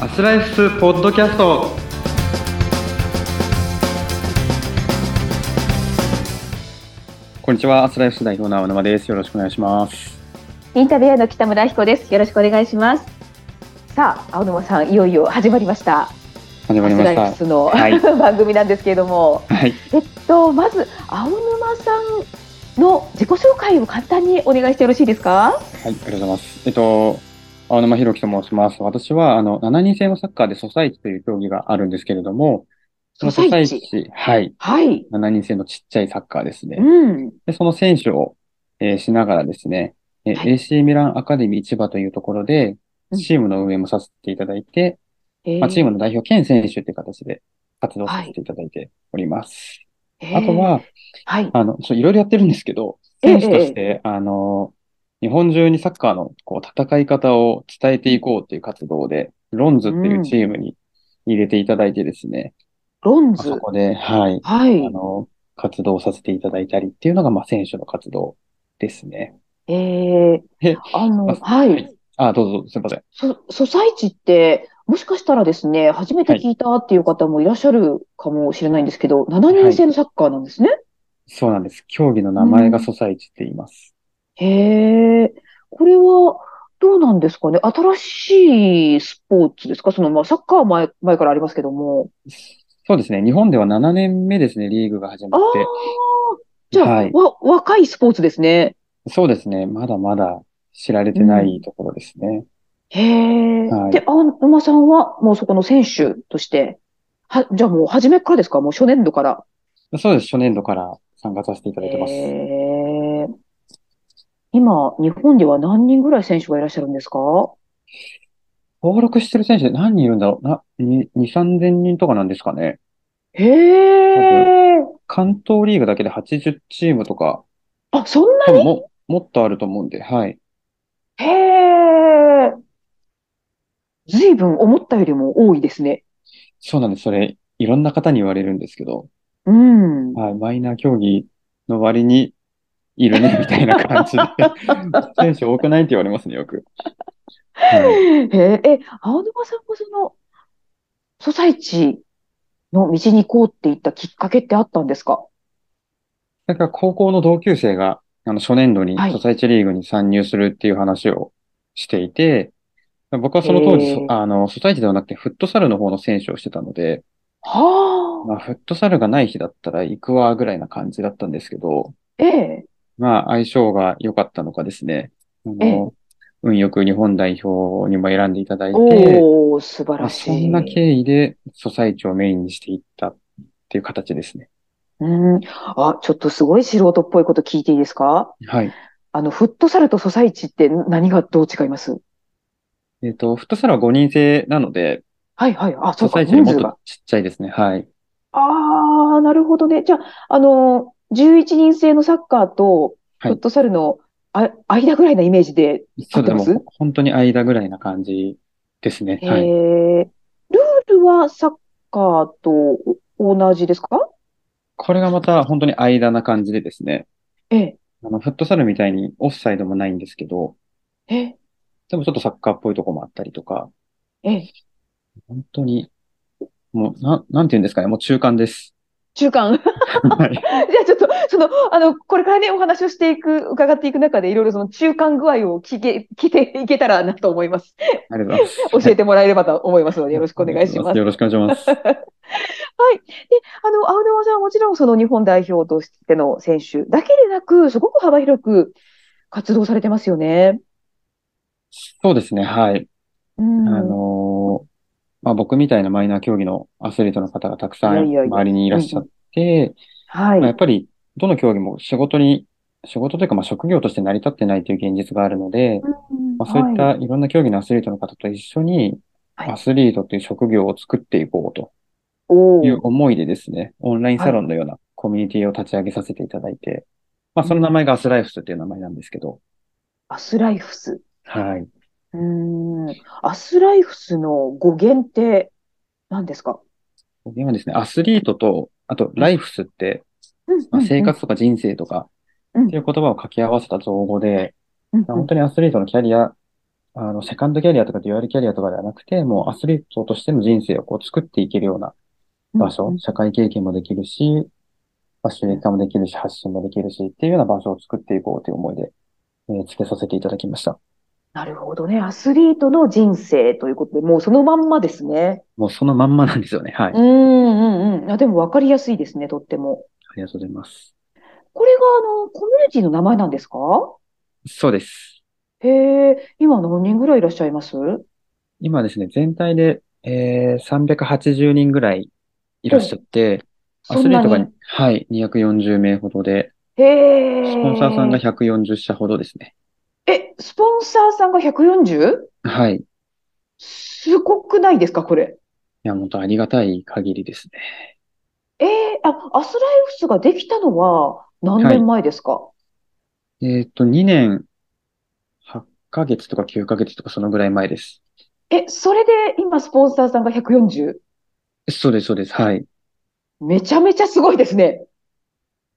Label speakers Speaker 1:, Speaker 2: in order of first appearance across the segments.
Speaker 1: アスライフポッドキャストこんにちはアスライフ代表の青沼ですよろしくお願いします
Speaker 2: インタビュアーの北村彦です。よろしくお願いします。さあ、青沼さん、いよいよ始まりました。
Speaker 1: 始まりました
Speaker 2: アスライフスの、
Speaker 1: はい
Speaker 2: 番組なんですけれども、
Speaker 1: はい
Speaker 2: えっと、まず青沼さんの自己紹介を簡単にお願いしてよろしいですか。
Speaker 1: はい、ありがとうございます。えっと、青沼弘樹と申します。私は、あの、7人制のサッカーでソサイチという競技があるんですけれども、その
Speaker 2: ソサイチ
Speaker 1: はい、
Speaker 2: はい。
Speaker 1: 7人制のちっちゃいサッカーです
Speaker 2: う
Speaker 1: ね。
Speaker 2: ん。
Speaker 1: で、その選手を、えーしながらですね、えー
Speaker 2: はい
Speaker 1: AC ミランアカデミー千葉というところで
Speaker 2: う、ん
Speaker 1: チームの運営もさせていただいて、
Speaker 2: え
Speaker 1: まあ、チー
Speaker 2: ム。
Speaker 1: ムの代表兼選手という形で活動させていただいております。あとは、
Speaker 2: えー、はい。
Speaker 1: あの、そういろいろやってるんですけど、
Speaker 2: ええ
Speaker 1: 選手として、あの、日本中にサッカーのこう戦い方を伝えていこうっていう活動で、ロンズっていうチームに入れていただいてですね、
Speaker 2: ロン
Speaker 1: あ
Speaker 2: ズ
Speaker 1: そ。こで、はい、
Speaker 2: は
Speaker 1: あ
Speaker 2: い。
Speaker 1: の、活動させていただいたりっていうのが、まあ、選手の活動ですね。
Speaker 2: えー
Speaker 1: え、
Speaker 2: あ
Speaker 1: あ
Speaker 2: の、はい。
Speaker 1: あ、どうぞ、すいません。
Speaker 2: そ、ソサイチって、もしかしたらですね、初めて聞いたっていう方もいらっしゃるかもしれないんですけど、7人制のサッカーなんですね。
Speaker 1: そうなんです。競技の名前が
Speaker 2: うん
Speaker 1: ソサイチって言います。
Speaker 2: へえ、これはどうなんですかね。新しいスポーツですかその、まあ、サッカーは前、前からありますけども。
Speaker 1: そうですね。日本では7年目ですね、リーグが始
Speaker 2: あ
Speaker 1: ま
Speaker 2: あ
Speaker 1: っ
Speaker 2: ー、じゃあ、
Speaker 1: はい
Speaker 2: わ、若いスポーツですね。
Speaker 1: て。そうですね。まだまだ知られてないところですね。
Speaker 2: へえ。
Speaker 1: はい
Speaker 2: で、青沼さんはもうそこの選手として、は、じゃあもう初めからですかもう初年度から。
Speaker 1: そうです。初年度から参加させていただいてます。
Speaker 2: へえ。今、日本では何人ぐらい選手がいらっしゃるんですか
Speaker 1: 登録してる選手で何人いるんだろうな、に2、3000人とかなんですかね。
Speaker 2: へえ。
Speaker 1: 関東リーグだけで80チームとか、
Speaker 2: あ、そんな
Speaker 1: 多分も、もっとあると思うんで、はい。
Speaker 2: へえ。ずいぶん思ったよりも多いですね。
Speaker 1: そうなんです。それ、いろんな方に言われるんですけど、
Speaker 2: うん。
Speaker 1: はい、マイナー競技の割にいるね、みたいな感じで。選手多くないって言われますね、よく。はい
Speaker 2: へえ、え、青沼さんもその、ソサイチの道に行こうって言ったきっかけってあったんですか
Speaker 1: なんか高校の同級生が、あの、初年度に
Speaker 2: はい
Speaker 1: ソサイチリーグに参入するっていう話をしていて、僕はその当時、
Speaker 2: へー
Speaker 1: そあの、ソサイチではなくてフットサルの方の選手をしてたので、
Speaker 2: はあ、
Speaker 1: まあ、フットサルがない日だったら行くわぐらいな感じだったんですけど、
Speaker 2: ええ、
Speaker 1: まあ、相性が良かったのかですね、あ
Speaker 2: ええ
Speaker 1: の、運よく日本代表にも選んでいただいて、
Speaker 2: おお、素晴
Speaker 1: まあ、
Speaker 2: ら
Speaker 1: そ
Speaker 2: し
Speaker 1: ん
Speaker 2: い。
Speaker 1: な経緯でソサイチをメインにしていったっていう形ですね。
Speaker 2: うん。あ、ちょっとすごい素人っぽいこと聞いていいですか
Speaker 1: はい。
Speaker 2: あの、フットサルとソサイチって何がどう違います
Speaker 1: えっと、フットサルは5人制なので、
Speaker 2: はいはい。あ、そ
Speaker 1: ソ
Speaker 2: うか、
Speaker 1: サイチよりも
Speaker 2: 人
Speaker 1: っ
Speaker 2: 数
Speaker 1: と
Speaker 2: が。
Speaker 1: ちっちゃいですね。はい。
Speaker 2: ああ、なるほどね。じゃあ、あの、11人制のサッカーと
Speaker 1: はい
Speaker 2: フットサルの、あ、間ぐらいなイメージで、
Speaker 1: そうで
Speaker 2: 合っ
Speaker 1: も
Speaker 2: てます
Speaker 1: ほ本当に間ぐらいな感じですね。
Speaker 2: え
Speaker 1: はい。
Speaker 2: ー、ルールはサッカーと同じですか
Speaker 1: これがまた本当に間な感じでですね。
Speaker 2: ええ、
Speaker 1: あの、フットサルみたいにオフサイドもないんですけど、
Speaker 2: ええ、
Speaker 1: でもちょっとサッカーっぽいとこもあったりとか、
Speaker 2: ええ、
Speaker 1: 本当に、もう、なん、なんて言うんですかね、もう中間 です。
Speaker 2: 中間。
Speaker 1: はい。
Speaker 2: じゃあちょっと、その、あの、これからね、お話をしていく、伺っていく中で、いろいろその中間具合を聞け、聞いていけたらなと思います。
Speaker 1: ありがとうございま
Speaker 2: 教
Speaker 1: す。
Speaker 2: えてもらえればと思いますので、よろしくお願いします。
Speaker 1: よろしくお願いします。
Speaker 2: あの、青沼さんはもちろんその日本代表としての選手だけでなく、すごく幅広く活動されてますよね。
Speaker 1: そうですね、はい。
Speaker 2: うん。
Speaker 1: あのーまあ、僕みたいなマイナー競技のアスリートの方がたくさん
Speaker 2: いやいやいや
Speaker 1: 周りにいらっしゃって、
Speaker 2: はい。
Speaker 1: まあやっぱり、どの競技も仕事に、仕事というか、まあ、職業として成り立ってないという現実があるので、
Speaker 2: うん
Speaker 1: まあ、そういっ
Speaker 2: は
Speaker 1: たいろんな競技のアスリートの方と一緒に、
Speaker 2: はい
Speaker 1: アスリートという職業を作っていこうと
Speaker 2: おー
Speaker 1: いう思いでですね、オンラインサロンのようなコミュニティを立ち上げさせていただいて、まあ、その名前がアスライフスという名前なんですけど、
Speaker 2: アスライフス。
Speaker 1: はい。
Speaker 2: うん。アスライフスの語源って何ですか
Speaker 1: 今ですね、アスリートと、あと、ライフスって、まあ、生活とか人生とか、
Speaker 2: うん
Speaker 1: っていう言葉を掛け合わせた造語で、
Speaker 2: うんうん
Speaker 1: 本当にアスリートのキャリアあの、セカンドキャリアとかデュアルキャリアとかではなくて、もうアスリートとしての人生をこう作っていけるような場所、
Speaker 2: うん
Speaker 1: 社会経験もできるし、まあ、収益化もできるし、発信もできるし、っていうような場所を作っていこうという思いで、えーつけさせていただきました。
Speaker 2: なるほどね。アスリートの人生ということで、もうそのまんまですね。
Speaker 1: もうそのまんまなんですよね。はい。
Speaker 2: う
Speaker 1: あ
Speaker 2: んうんうん。あ、でも分かりやすいですね、とっても。
Speaker 1: りがとうございます。
Speaker 2: これが、あの、コミュニティの名前なんですか
Speaker 1: そうです。
Speaker 2: へえ、今何人ぐらいいらっしゃいます
Speaker 1: 今ですね、全体で、えー、380人ぐらいいらっしゃって、ア
Speaker 2: そ
Speaker 1: スリ
Speaker 2: んな
Speaker 1: ートが、
Speaker 2: に。
Speaker 1: はい、240名ほどで、
Speaker 2: へえ。
Speaker 1: スポンサーさんが140社ほどですね。
Speaker 2: え、スポンサーさんが 140?
Speaker 1: はい。い
Speaker 2: すごくないですか、これ。
Speaker 1: や、本当ありがたい限りですね。
Speaker 2: えー、あ、アスライフスができたのは何年前ですか
Speaker 1: えっと、2年8ヶ月とか9ヶ月とかそのぐらい前です。
Speaker 2: え、それで今スポンサーさんが 140?
Speaker 1: そうです、そうです。はい。
Speaker 2: めちゃめちゃすごいですね。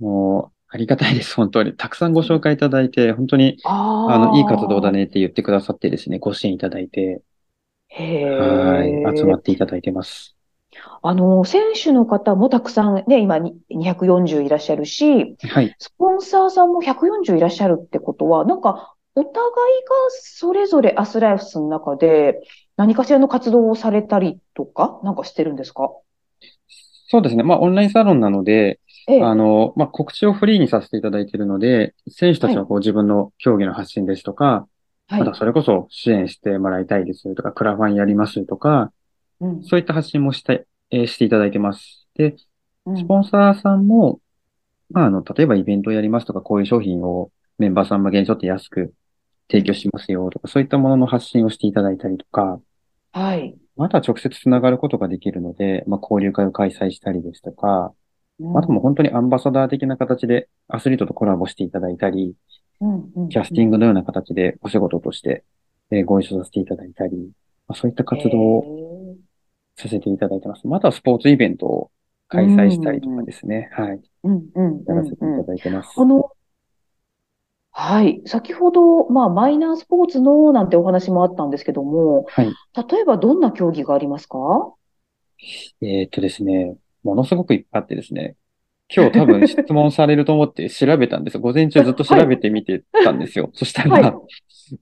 Speaker 1: もう、ありがたいです、本当に。たくさんご紹介いただいて、本当に、
Speaker 2: あ
Speaker 1: あの、いい活動だ
Speaker 2: ね。
Speaker 1: ねって言ってくださってですね、ご支援いただいて、
Speaker 2: へ
Speaker 1: はい、集
Speaker 2: ー
Speaker 1: まっていただいてます。
Speaker 2: あの、選手の方もたくさんね、今に240いらっしゃるし、
Speaker 1: はい。
Speaker 2: スポンサーさんも140いらっしゃるってことは、なんか、お互いがそれぞれアスライフスの中で何かしらの活動をされたりとか、なんかしてるんですか
Speaker 1: そうですね。まあ、オンラインサロンなので、
Speaker 2: ええ。
Speaker 1: あの、まあ、告知をフリーにさせていただいているので、選手たちはこう自分の競技の発信ですとか、
Speaker 2: はい
Speaker 1: またそれこそ支援してもらいたいですとか、クラファンやりますとか、
Speaker 2: うん
Speaker 1: そういった発信もして、えーしていただいてます。で、
Speaker 2: うん
Speaker 1: スポンサーさんも、まあ、あの、例えばイベントをやりますとか、こういう商品をメンバーさん向けにちょっと安く提供しますよとか、そういったものの発信をしていただいたりとか、
Speaker 2: はい。
Speaker 1: また直接つながることができるので、まあ、交流会を開催したりですとか、あともう本当にアンバサダー的な形でアスリートとコラボしていただいたり、
Speaker 2: うん、
Speaker 1: キャスティングのような形でお仕事として、えーご一緒させていただいたり、まあ、そういった活動を
Speaker 2: を。
Speaker 1: させていただいてます。またはスポーツイベントを開催したりとかですね。はい。
Speaker 2: うんうんう
Speaker 1: やら
Speaker 2: ん
Speaker 1: せてい
Speaker 2: うん
Speaker 1: ただいてます。
Speaker 2: あの、はい。先ほど、まあ、マイナースポーツのなんてお話もあったんですけども、
Speaker 1: はい。
Speaker 2: 例えばどんな競技があり ますか
Speaker 1: えーっとですね、ものすごくいっぱいあってですね、今日多分質問されると思って調べたんですよ。午前中ずっと調べてみてたんですよ。そしたら、
Speaker 2: はい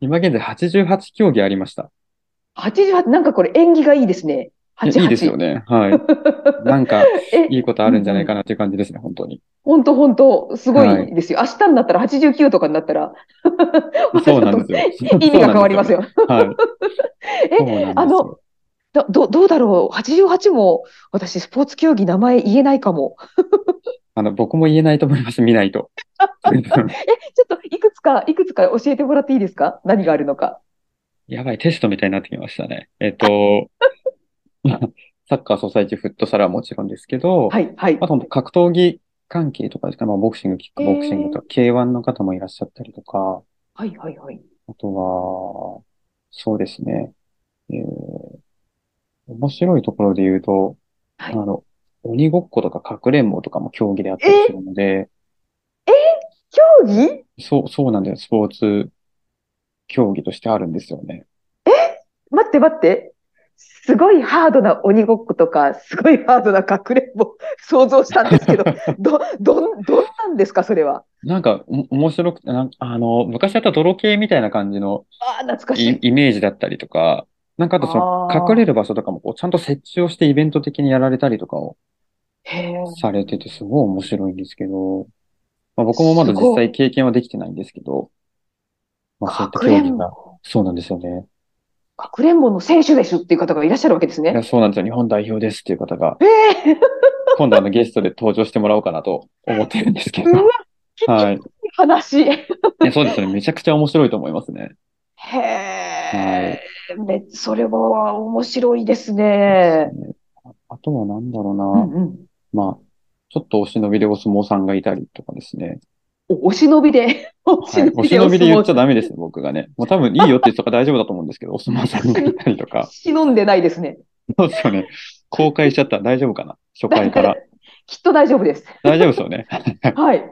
Speaker 1: 今現在88競技ありました。
Speaker 2: ?88、なんかこれ縁起がいいですね。
Speaker 1: いや
Speaker 2: 88。
Speaker 1: いいですよね。はい。なんか、
Speaker 2: え、
Speaker 1: いいことあるんじゃないかなという感じですね、本当に。
Speaker 2: ほんとほんと、すご
Speaker 1: はい
Speaker 2: いですよ。明日になったら89とかになったら、
Speaker 1: そうなんですよ。
Speaker 2: 意味が変わりますよ。
Speaker 1: そうなんです よ。は
Speaker 2: え
Speaker 1: い。そうなんですよ
Speaker 2: あの、ど、どどうだろう ?88 も、私、スポーツ競技名前言えないかも。
Speaker 1: あの、僕も言えないと思います、見ない と。
Speaker 2: え、ちょっといくつか、いくつか教えてもらっていいですか何があるのか。
Speaker 1: やばい、テストみたいになってきましたね。えっ と、サッカー、ソサイティ、フットサルはもちろんですけど、
Speaker 2: はい、はい。
Speaker 1: あと格闘技関係とかですか、まあ、ボクシング、キックボクシングとか、K1 の方もいらっしゃったりとか、
Speaker 2: はい、はい、はい。
Speaker 1: あとは、そうですね、えー面白いところで言うと、
Speaker 2: は
Speaker 1: あ
Speaker 2: い
Speaker 1: の、鬼ごっことかかくれんぼとかも競技であったりするので、
Speaker 2: 競技
Speaker 1: そう、そうなんだよ、スポーツ競技としてあるんですよね。
Speaker 2: 待って待って。すごいハードな鬼ごっことか、すごいハードなかくれんぼ、 想像したんで すけど、ど、どん、どんなんですか、それは。
Speaker 1: なんか、お面白くて、なんかあの、昔やった泥系みたいな感じの
Speaker 2: ああ、懐かし
Speaker 1: イ
Speaker 2: い。
Speaker 1: イメージだったりとか、なんかあとその
Speaker 2: あー
Speaker 1: 隠れる場所とかもこうちゃんと設置をしてイベント的にやられたりとかを
Speaker 2: へえ。
Speaker 1: されててすごい面白いんですけど、まあ、僕もまだ
Speaker 2: すご
Speaker 1: 実
Speaker 2: い
Speaker 1: 際経験はできてないんですけど、まあそういった
Speaker 2: かくれ
Speaker 1: 競技
Speaker 2: ん
Speaker 1: が、
Speaker 2: ぼ。
Speaker 1: そうなんですよね。
Speaker 2: かくれんぼの選手ですっていう方がいらっしゃるわけです
Speaker 1: いや、
Speaker 2: ね。
Speaker 1: そうなんですよ。日本代表ですっていう方が、
Speaker 2: ええ
Speaker 1: 今度あのゲストで登場してもらおうかなと思ってるんですけ
Speaker 2: うわ
Speaker 1: ど、はい。
Speaker 2: 話。へ
Speaker 1: いやそうですよね。めちゃくちゃ面白いと思いますね。
Speaker 2: え。め、それは面白いですね。
Speaker 1: あとはなんだろうな。
Speaker 2: うんうん。
Speaker 1: まあ、ちょっとお忍びでお相撲さんがいたりとかですね。
Speaker 2: お、お 忍びで、お
Speaker 1: はい。お
Speaker 2: で
Speaker 1: 忍びで言っちゃ
Speaker 2: ゃ
Speaker 1: ダメですね、僕がね。もう多分いいよって言ってたから大丈夫だと思うんですけど、お相撲さんがいたりと か。
Speaker 2: 忍んでないですね。
Speaker 1: そうですよね。公開しちゃったら大丈夫かな初回から。
Speaker 2: きっと大丈夫です。
Speaker 1: 大丈夫ですよね。
Speaker 2: はい。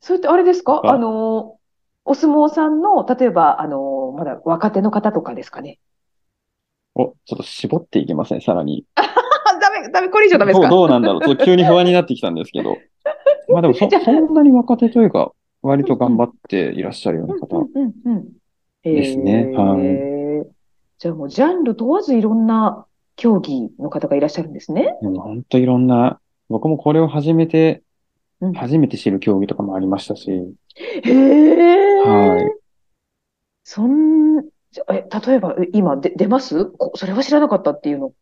Speaker 2: それってあれですか
Speaker 1: あ
Speaker 2: あの、お相撲さんの、例えば、あの、の、まだ若手の方とかですかね。
Speaker 1: お、ちょっと絞っていきますね、さらに。
Speaker 2: あ、ダメ、ダメ、これ以上ダメです
Speaker 1: どう
Speaker 2: か
Speaker 1: どうなんだろう。ちょっと急に不安になってきたんです けど。まあでもそ、
Speaker 2: じゃあ
Speaker 1: そんなに若手というか、割と頑張っていらっしゃるような方。
Speaker 2: うんうんうんうん。
Speaker 1: ですね
Speaker 2: へー
Speaker 1: は
Speaker 2: じゃあもうジャンル問わずいろんな競技の方がいらっしゃるんですね。
Speaker 1: でも本当いろんな、僕もこれを始めて
Speaker 2: うん、
Speaker 1: 初めて知る競技とかもありましたし、
Speaker 2: へえ。
Speaker 1: はい。
Speaker 2: そん、じゃえ、例えば、え今で出ますこそれは知らなかったっていうの。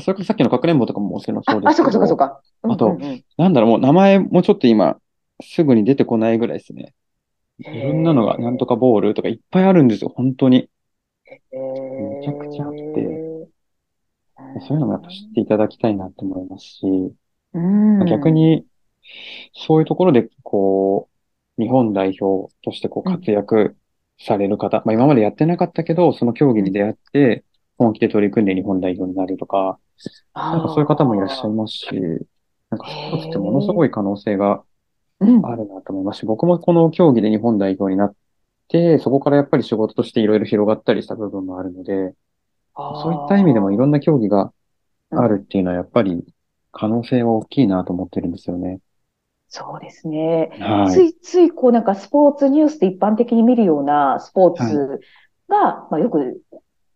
Speaker 1: それからさっきのかくれんぼとかももちろんそ
Speaker 2: あ
Speaker 1: う、で
Speaker 2: あ、
Speaker 1: す
Speaker 2: そっ
Speaker 1: け
Speaker 2: かそっかそっ
Speaker 1: ど、
Speaker 2: か。う
Speaker 1: あと
Speaker 2: んうんうん
Speaker 1: なんだろう、もう名前もちょっと今、すぐに出てこないぐらいですね。いろんなのが、なんとかボールとかいっぱいあるんですよ、本当に。
Speaker 2: へー
Speaker 1: めちゃくちゃあってそういうのもやっぱ知っていただきたいなと思いますし、
Speaker 2: うん。
Speaker 1: 逆に、そういうところで、こう、日本代表としてこう
Speaker 2: うん
Speaker 1: 活躍される方、まあ今までやってなかったけど、その競技に出会って、本気で取り組んで日本代表になるとか、
Speaker 2: あー、
Speaker 1: なんかそういう方もいらっしゃいますし、なんかスポーツってものすごい可能性が
Speaker 2: うん
Speaker 1: あるなと思いますし、僕もこの競技で日本代表になって、そこからやっぱり仕事としていろいろ広がったりした部分もあるので、そういった意味でもいろんな競技があるっていうのはやっぱり可能性は大きいなと思ってるんですよね。
Speaker 2: そうですね。
Speaker 1: は
Speaker 2: つ
Speaker 1: い。
Speaker 2: いついこうなんかスポーツニュースで一般的に見るようなスポーツが、まあよく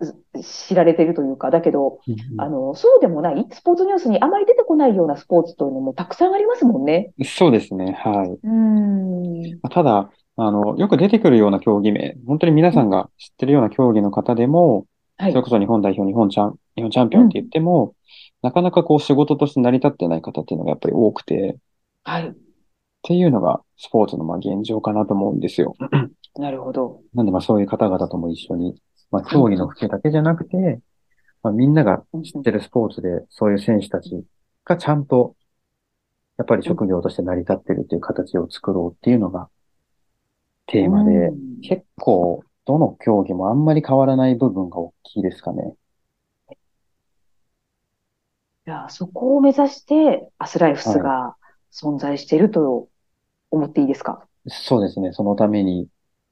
Speaker 2: う知られているというか、だけど、あの、そうでもない、スポーツニュースにあまり出てこないようなスポーツというのもたくさんありますもんね。
Speaker 1: そうですね。はい。
Speaker 2: うん。
Speaker 1: まあただ、あの、よく出てくるような競技名、本当に皆さんが知ってるような競技の方でも、
Speaker 2: はい
Speaker 1: それ。こそ日本代表、日本チャン、日本チャンピオンって言っても、なかなかこう仕事として成り立ってない方っていうのがやっぱり多くて、っ
Speaker 2: はい。
Speaker 1: ていうのがスポーツのまあ現状かなと思うんですよ。
Speaker 2: なるほど。
Speaker 1: なんでまあそういう方々とも一緒に、まあ競技の普及だけじゃなくて、まあみんなが知ってるスポーツで、そういう選手たちがちゃんと、やっぱり職業として成り立ってるっていう形を作ろうっていうのがテーマで
Speaker 2: う、ん
Speaker 1: 結構どの競技もあんまり変わらない部分が大きいですかね。
Speaker 2: じゃあ、そこを目指して、アスライフスが存在していると思っていいですか
Speaker 1: そうですね。そのために、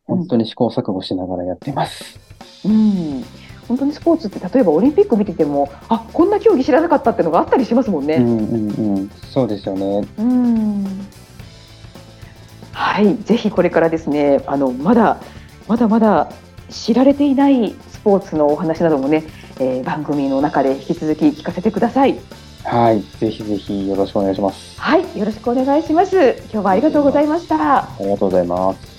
Speaker 1: 本当に試行錯誤しながらやってます。
Speaker 2: うん。本当にスポーツって、例えばオリンピック見てても、あ、こんな競技知らなかったってのがあったりしますもん
Speaker 1: う
Speaker 2: ね。
Speaker 1: んうんうん。そうですよね。
Speaker 2: うん。はい。ぜひこれからですね、あの、まだ、まだまだ知られていないスポーツのお話などもね、えー番組の中で引き続き聞かせてください。
Speaker 1: はい。ぜひぜひよろしくお願いします。
Speaker 2: はい。よろしくお願いします。今日はありがとうございました。
Speaker 1: ありがとうございます。